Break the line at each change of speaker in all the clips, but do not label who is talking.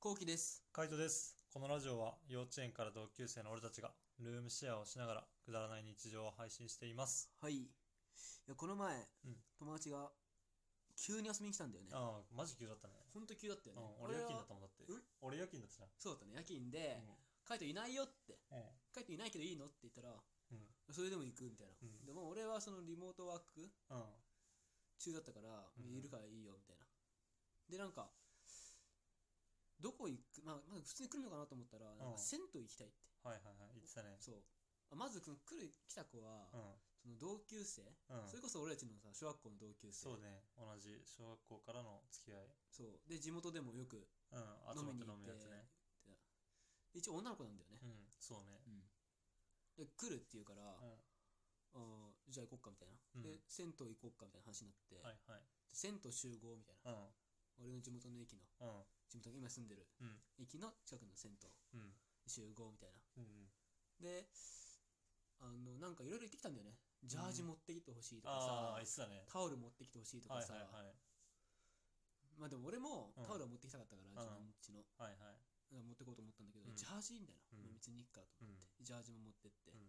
こうきです。
カイトです。このラジオは幼稚園から同級生の俺たちがルームシェアをしながらくだらない日常を配信しています。
はい。いや、この前、
うん
友達が急に遊びに来たんだよね。
ああ、マジ急だったね。
ほんと急だったよ
う
ね。
ん、俺夜勤
は
だったもんだって
うん。
俺夜勤だったじゃん。
そうだったね、夜勤で、カイトいないよって、カイトいないけどいいのって言ったら、
うん。
それでも行くみたいな。
うん
でも俺はそのリモートワーク
うん。うん。
中だったから、
うん
いるからいいよみたいな。で、なんか、どこ行く、まあ、まず普通に来るのかなと思ったら、なんか銭湯行きたいって。
はいはいはい。言ってたね。
そう。あまずその来る来た子は、
う
その同級生、
ん。うん。
それこそ俺たちのさ小学校の同級生
そうね。同じ小学校からの付き合い。
そうで地元でもよく
うん。集
飲
ま
み
って
に行
飲
って
むやつね。
で一応女の子なんだよね
う、ん。そうね。
で来るって言うから、
うん。
あーじゃあ行こっかみたいな、
うん
で銭湯行こっかみたいな話になって、
はいはい。
銭湯集合みたいな、
うん。
俺の地元の駅の
うん。
地元今住んでる
うん。
駅の近くの銭湯
うん。
集合みたいな
うん。
であのなんかいろいろ言ってきたんだよねジャージ持ってきてほしいとか
ああ、
さ、
言ってたね。
タオル持ってきてほしいと
はい
か
は
さ、
いはい。
まあでも俺も
うん
タオルは持ってきたかったから、自分ちの
はいはい。
持ってこうと思ったんだけど、
うん
ジャージみたいな、まあ
うん
別にいっかと思
うん。
って、ジャージも持ってって、
うん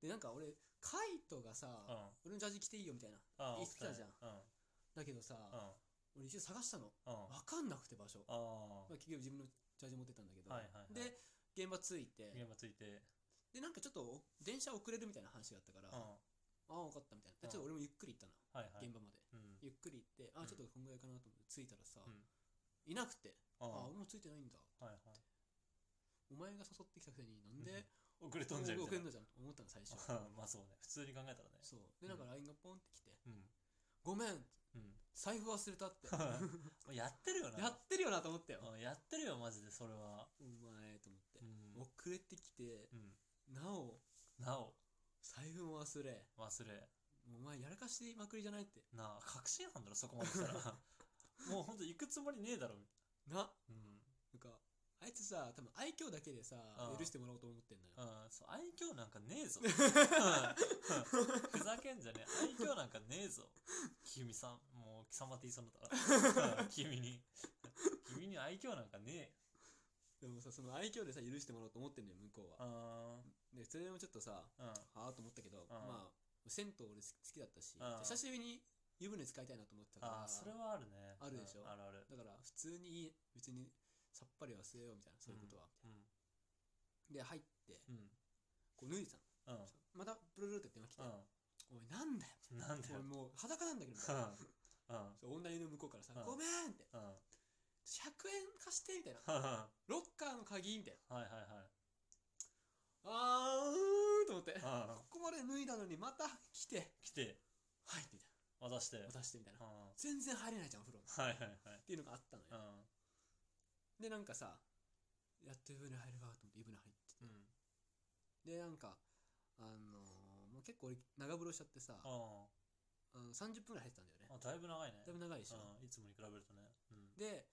でなんか俺カイトがさ、
うん。あ
俺のジャージ着ていいよみたいな
あ、
言ってたじゃん
送
だ
っね
けどさ、
うん。うん。
俺一応探したの
うん。あ
分かんなくて場所、
あ
まあ、結局自分のジャージ持ってったんだけど、
はいはいはい
で現場着いて
ー。現場ついて。
でなんかちょっとお電車遅れるみたいな話があったから、
うん。
ああ分かったみたいなでちょ
うん
っと俺もゆっくり行ったの、
はいは
現
い。
場まで
うん。
ゆっくり行ってああ
うん
ちょっとこんぐらいかなと思って着いたらさ、
うん
いなくて
あ
あ
あ。
あ俺も着いてないんだ
はいはい。
お前が誘ってきたくせになんで、
遅 れ飛んじゃうみ
遅
た
れ
い
んの
な。
じゃん思ったの最初
ま あそうね。普通に考えたらね。
そうでなんか LINE がポンってきて
うん。
「ごめん
うん。
財布忘れた」って
やってるよな。
やってるよなと思ったよ
うんやってるよ、マジで、それは。
お前と思って
うん
遅れてきて
うん。
なお
なお、
財布も忘れ
忘れ。
お前やらかしまくりじゃないって
なあ、確信犯だろ、そこまで したら。もうほんと行くつもりねえだろ。
な
うん。
なんかあいつさ多分愛嬌だけでさ
うん
許してもらおうと思ってんだよ
うん、そう愛嬌なんかね えぞ。うんふざけんじゃねえ。愛嬌なんかねえぞ。君さん、もう貴様って言いそうになったら。うん君に。君に愛嬌なんかねえ。
でもさその愛嬌でさ許してもらおうと思ってんのよ向こう
う
は
ん。
でそれもちょっとさ
うん。
はあと思ったけどまあ銭湯俺好きだったし
うん
久しぶりに湯船使いたいなと思ってたか
あ
ら
あ、それはあるね。
あるでしょ
うんあるある。
だから普通にいい別にさっぱり忘れようみたいなそういうことは、
うん。
で入って
うん。
こう脱いでたの
うん。
またブルルルって電話来て、
う
おいなんだよ
ん。なんだよ。
俺
うん。
もう裸なんだけど
うん。うん。
そう女湯の向こうからさ、
うん
ごめんって
うん。
100円貸してみたいな
は
ロッカーの鍵みたいない
はいはい。
あーんと思って
うん。
ここまで脱いだのにまた来て
来て、
入ってみたい
渡して。うん。
な渡してみたいな
は
全然入れないじゃんお風呂っ
いはいはい。
ていうのがあったの
うん
よ、。でなんかさやっと湯船入るわと思って湯船入って
うん。
でなんかあのーもう結構俺長風呂しちゃってさあ
う
の30分ぐらい入ってたんだよね
ん。あ、だいぶ長いね。
だいぶ長いでしょ、
うん。いつもに比べるとね。うん。
で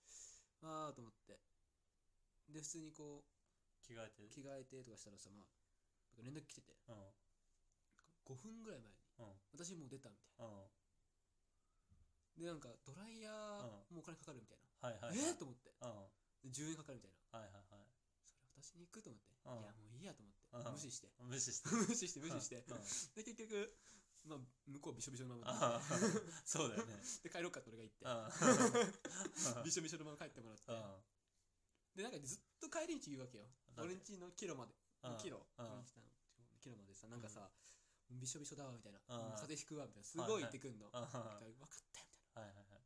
わーと思ってで普通にこ
着替えて
う着替えてとかしたらさまあなんか連絡来てて
うん
5分ぐらい前に
うん
私もう出たみたい
うん
なでなんかドライヤーもうお金かかるみたい
はい
な、
はいは
えー、
い
と思って
う
で
ん
10円かかるみたいな
はいはいは
それ私に行くと思って、
う
い
ん
やもういいやと思って、無
うん
視して
い無視して
無視して無視して、
うんうん
で結局まあ向こうびしょびしょのまま
あ あそうだ よね
でで帰ろうかって俺が言って
うん
びしょびしょのまま帰ってもらって
うん
でなんかずっと帰り道言うわけよ
だって
俺んちのキロまで
うん
キロ、
うん
うんキロまでさ、なんかさ、びしょびしょだわみたいな、
うん
風邪ひくわみたいな、すごい言ってくんの。
うんはい
分かっ
は
た
い
よみたいな。
はい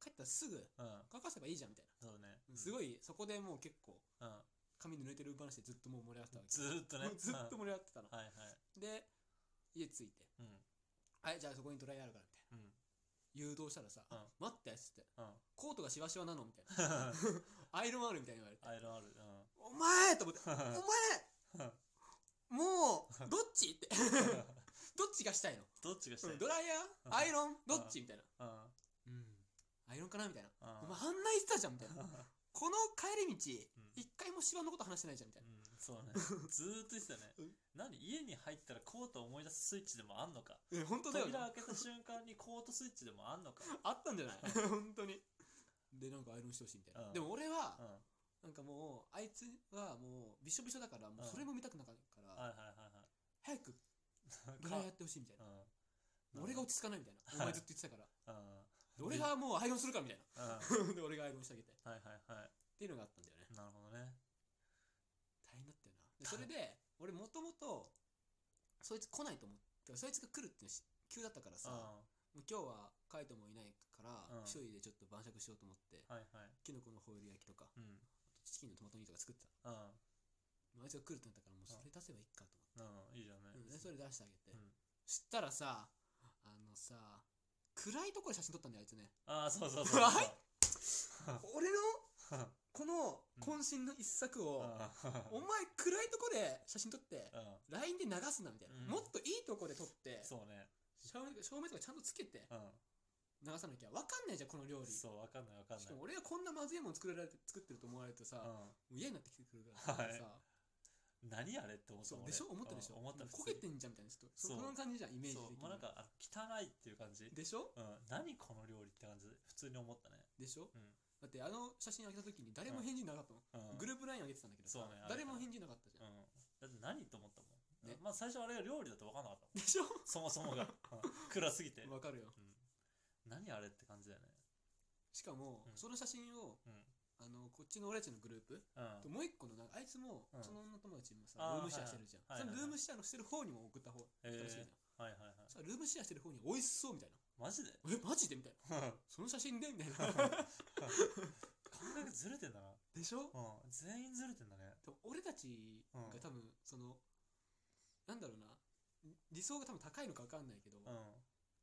帰ったらすぐ
うん
乾かせばいいじゃんみたい
そうね
な。す
い
ごい、そこでもう結構、
うん
髪濡れてる話でずっともう盛り上がってたわけ。
ずーっとね
もう ずっと
うん
盛り上がってたの。
はいはい
で、家着いて、
うん
はい、じゃあそこにドライヤーあるからみたいな。
うん
誘導したらさ、
うん
あ待ってっつって、
うん
コートがシワシワなのみたいな。アイロンあるみたいに言われて。
アイロンある
お前と思って、
うん
お前もう、どっちって。 どっちがしたいの
どっちがしたい
ドライヤ
う
ー
ん
アイロンどっちみたいな。
うんうん
うん。アイロンかなみたいな。
う
お
ん
前あんな言ってたじゃんみたいな。この帰り道、一回も芝のこと話してないじゃんみたいな。
うんそうねずーっと言ってたね
うん
何家に入ったらコート思い出すスイッチでもあんのか
え、本当だよ
扉
な。
開けた瞬間にコートスイッチでもあんのか
あったんじゃない本当に。で、なんかアイロンしてほしいみたいな。
うん
でも俺
う
は、
ん
かもうあいつはもうびしょびしょだからもうそれも見たくなかったから、
はいはい
早くド
はい
ラ
は
イ
い
やってほしいみたいな
うん
俺が落ち着かないみたいなお前ずっと言ってたからで
うん
俺がもうアイロンするかみたい
うんはい
なで俺がアイロンしてあげてっ
はいは
ていうのがあったんだよね
いなるほどね
大変だったよなでそれで俺もともとそいつ来ないと思ってそいつが来るっていうのし急だったから
うん
さもう今日はカイトもいないから
うん
一人でちょっと晩酌しようと思って
はいはい
キノコのホイル焼きとか
うん
チキンのトマト煮とか作ってた
うん
まああいつが来るってなったからもうそれ出せばいいかと
うんいいじゃない
思って、うんでそれ出してあげて、
うん
そしたらさあのさ暗いところで写真撮ったんだよあいつね
ああそうそうそう
は俺の
そう
この渾身の一作
う
を、
ん
お前暗いとこで写真撮って
うん
LINE で流すなみたいな、
う
もっ
ん
といいとこで撮って
そうね
照明照明とかちゃんとつけて
う
流さなきゃ分かんないじゃんこの料
ん
理し
そうわかんないわかんない
かも俺がこんなまずいもの作られて作ってると思われてさ、も
う
う嫌になってきてくるからさ、
はいん何あれって思った
そう
もん
でしょ
俺
思ったでしょ、
うん思った
もう
普
焦
通
げ
に
てんじゃんみたいなちょっとそ
そう
この感じじゃんイメージ
そ
的
う
に
もうなんかあ汚いっていう感じ
でしょ
うん何この料理って感じで普通に思ったね
でしょ、
うん
だってあの写真上げた時に誰も返事なかったの、
うん
グループ LINE 上げてたんだけどさ、
そうねあれ
誰も返事なかったじゃ、
うんんだって何と思ったもん、
ね
まあ最初あれが料理だと分かんなかったも
で
ん
しょ
そもそもがうん暗す ぎて、
わかるよ
うん何あれって感じだよね
しかも、
うん
その写真を
うん
あのこっちの俺たちのグループ
うん
ともう一個のなんかあいつも
うん
その女友達もさ、
あー
ルームシェアしてるじゃん、
はいはいは
そ
い
のルームシェアのしてる方にも送った方
へー
新しいじゃん、
はいはいはい
そしたらルームシェアしてる方に美味しそうみたいな
マ ジで
えマジでみたいな
感
その写真でみたい な
覚ずれてんだな、
でしょ
うん、全員ずれてんだね
でも俺たちが多分その、なんだろうな理想が多分高いのか分かんないけど、
うん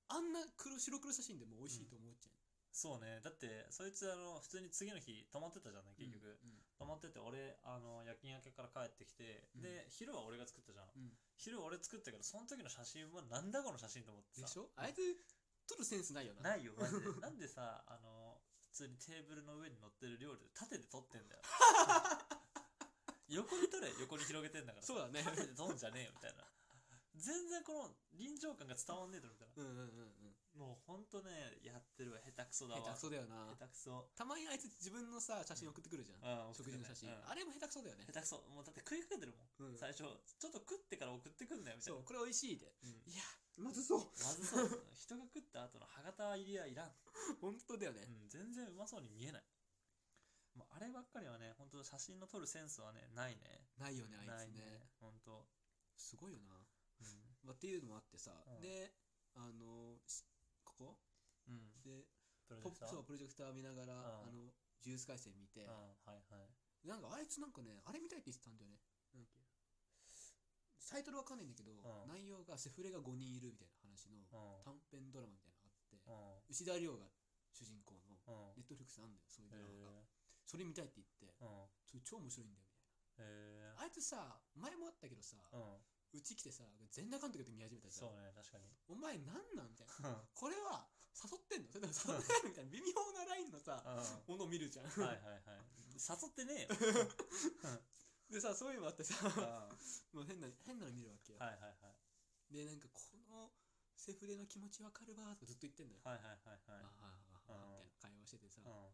あんな黒白黒写真でも美味しいと思っちゃ
そうねだってそいつあの普通に次の日泊まってたじゃんね
う、
結局、
う
泊まってて俺あの夜勤明けから帰ってきて、
うん
で昼は俺が作ったじゃん
んうん
昼俺作ったけどその時の写真はなんだこの写真と思って
で
さ
しょあいつ撮るセンスないよな
ないよマジで なんでさあの普通にテーブルの上に乗ってる料理で縦で撮ってんだよ 横に撮れ横に広げてんだからさ
そうだ ね
縦で撮んじゃねえよみたいな全然この臨場感が伝わんねえだろみたいな
うんうんうんうん
もうほんとねやってるわ下手くそだわ
下手くそだよな
下手くそ
たまにあいつ自分のさ写真送ってくるじゃん、
うん
食事の写真、
うん
あれも下手くそだよね
下、手くそもうだって食いかけてるもん、
うん、
最初ちょっと食ってから送ってくんなよみたい
そ
な
うこれ美味しいで
うん
いやまずそう
まずそうだな人が食った後の歯型入りはいらん、
本当だよね、
うん、全然うまそうに見えない、まあ、あればっかりはね本当写真の撮るセンスはねないね
ないよねあ
ない
いつね
ね本当、
すごいよな、
うん
まあ、っていうのもあってさ、
うん
であのしここ
うん、
で
プロジ
ポ
ェ
ップ
クター
そうプロジェクター見ながら、
ん
あのジュース回線見て
うん、はいはい
なんかあいつなんかねあれ見たいって言ってたんだよねなんだっけタイトルわかんないんだけど、
ん
内容がセフレが5人いるみたいな話の
うん
短編ドラマみたいなのがあって、
うん
牛田亮が主人公の
うん
ネットフリックスなんだよそういう
え
ドラマが、それ見たいって言って
ーうん
それ超面白いんだよみ
え
たいなあいつさ前もあったけどさ、
ーうん
うち来てさ全裸監督って見始めたじゃ
そ
ん
うね 確かに
お前なんなんみたいな
うんうん
これは誘ってんのそれ とも誘ってないのみたいな微妙なラインのさ
は
ものを見るじゃん
いはいはい誘ってねえよ
でさそういうのあってさ
うんは
もう変な変なの見るわけよ
いはいはい
でなんかこのセフレの気持ちわかるわーとかずっと言ってんだよ
はいはいはいはい
ああああああみたいな会話しててさ
う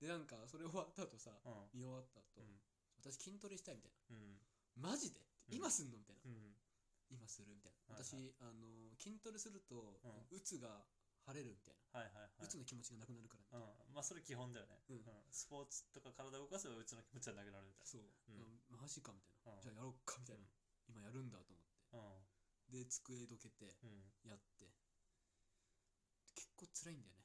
でなんかそれ終わった後さ
んうん
見終わった後
うん
私筋トレしたいみたい
うん
なマジで
うん
今すんのみたいな
うん
今するみたいな
はいはい
私あの筋トレすると
うん
うつが晴れるみたい
はいはいはい
なうつの気持ちがなくなるからみたいな
うん、まあそれ基本だよね、
うん
スポーツとか体動かせばうちの気持ちはなくなるみたい
そう、
うん
まあマジかみたいな、
うん
じゃあやろっかみたいな、
うん
今やるんだと思っ
な
てで机どけて
うんうん
やって結構辛いんだよね、
うん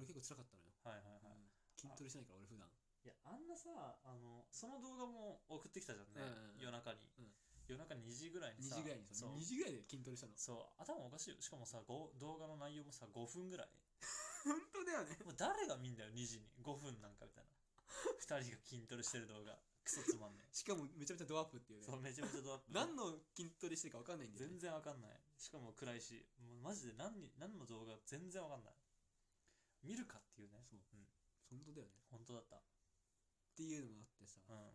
俺結構辛かったのよ、
はいはい
う
はい、
ん筋トレしないから俺普段
いやあんなさあのその動画も送ってきたじゃんね、
うんうんうん
夜中に、
うん
夜中2時ぐらいに
2時
さ
ぐらいにさ
そう
2時ぐらいで筋トレ したの
そう頭おかしいよしかもさご動画の内容もさ5分ぐらい
本当だよね
もう誰が見んだよ2時に5分なんかみたい な2人が筋トレしてる動画クソつまんね
しかもめちゃめちゃドアップっていうね
えそうめちゃめちゃドアップ
何の筋トレしてるか分かんないんだよ、ね
全、然わかんないしかも暗いしもうマジで何に何の動画全然わかんない見るかっていうね、
そうん本当だよね
本当だった
っていうのもあってさ、
うん
まあ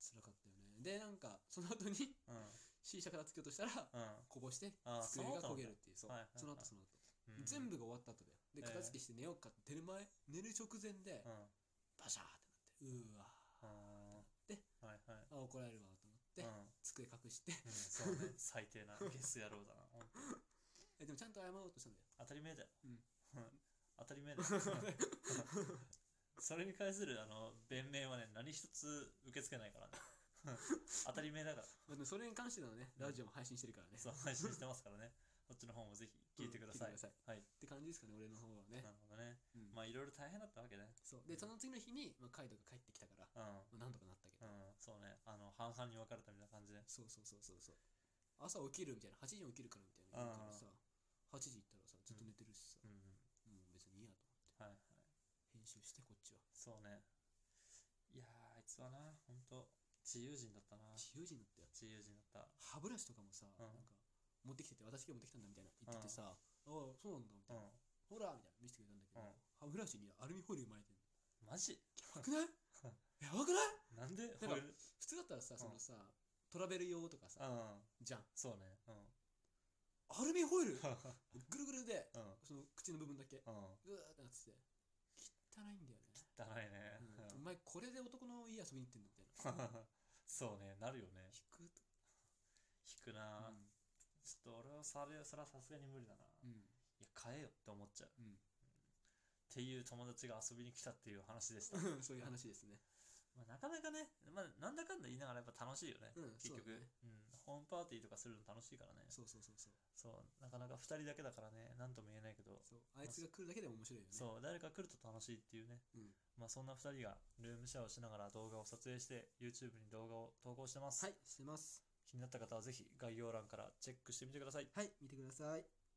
辛かったよねでなんかその後に
うん
C 社からつけようとしたら
うん
こぼして
あー
机
その
が
後
焦げるっていうそう
はいはいはい
その後その後
うん
全部が終わった後だよ。で、
ええ
片付けして寝ようかって、寝る前、寝る直前で
うん、
バシャーってなって、うーわ
あー
机隠して
うん、そうね、最低 なゲス野郎だな、ほんと
えでもちゃんと謝ろうとしたんだよ
当たり前だよ。
うん
当たり前だよ。 それに関するあの弁明はね、何一つ受け付けないから ね。当たり前だから。
まあでもそれに関してのね
うん
ラジオも配信してるからね、
そう、配信してますからね。そっちの方もぜひ聞いてください。
うん聞いてください
はい。
って感じですかね俺の方はね
なるほどね。
うん
まあ、いろいろ大変だったわけね。
そうでその次の日に、まあ、カイドが帰ってきたから、
うん。
まあ、なんとかなったけど、
うん、そうね。あの、半々に分かれたみたいな感じで。
そうそうそうそうそう朝起きるみたいな8時に起きるからみたいな言うからさ8時行ったらさずっと寝てるしさ、
うん。
もう別にいいやと思って
はいはい。
編集してこっちは
そうね。いやー、あいつはな、ほんと、自由人だったな。
自由人だったよ
自由人だった。
歯ブラシとかもさ、
うん
なんか持ってきてて私が持ってきたんだみたいな言っててさ、ああそうなんだみた
う
い
ん
な、。ほらみたいな見せてくれたんだけど、
うん
歯ブラシにアルミホイル巻いてる
マジ
や ばくないやばくない
なんで
か
ホイール
普通だったらさ
ん
そのさ、トラベル用とかさ、
うん。
じゃん
そうね。うん。
アルミホイル
う
ぐるぐるで
ん。
その口の部分だけ
うん。
ぐーってなってて汚いんだよね、
汚いね。
うんお前これで男の家遊びに行ってんだみたいな
うん そうね、なるよね。
引くと
引くな、ちょっと俺はそれそれはさすがに無理だな。
うん
いや、買えよって思っちゃう。
うん
っていう友達が遊びに来たっていう話でした。
うん そういう話ですね
まあ、なかなかね、まあ、なんだかんだ言いながらやっぱ楽しいよね。
うん
結局
そうだね
うん。ホームパーティーとかするの楽しいからね。
そうそうそうそう
そう、なかなか2人だけだからね、なんとも言えないけど、
そうあいつが来るだけでも面白いよね
そう、誰か来ると楽しいっていうね。
うん
まあそんな2人がルームシェアをしながら動画を撮影して YouTube に動画を投稿してます、
はいしてます
気になった方はぜひ概要欄からチェックしてみてください
はい見てください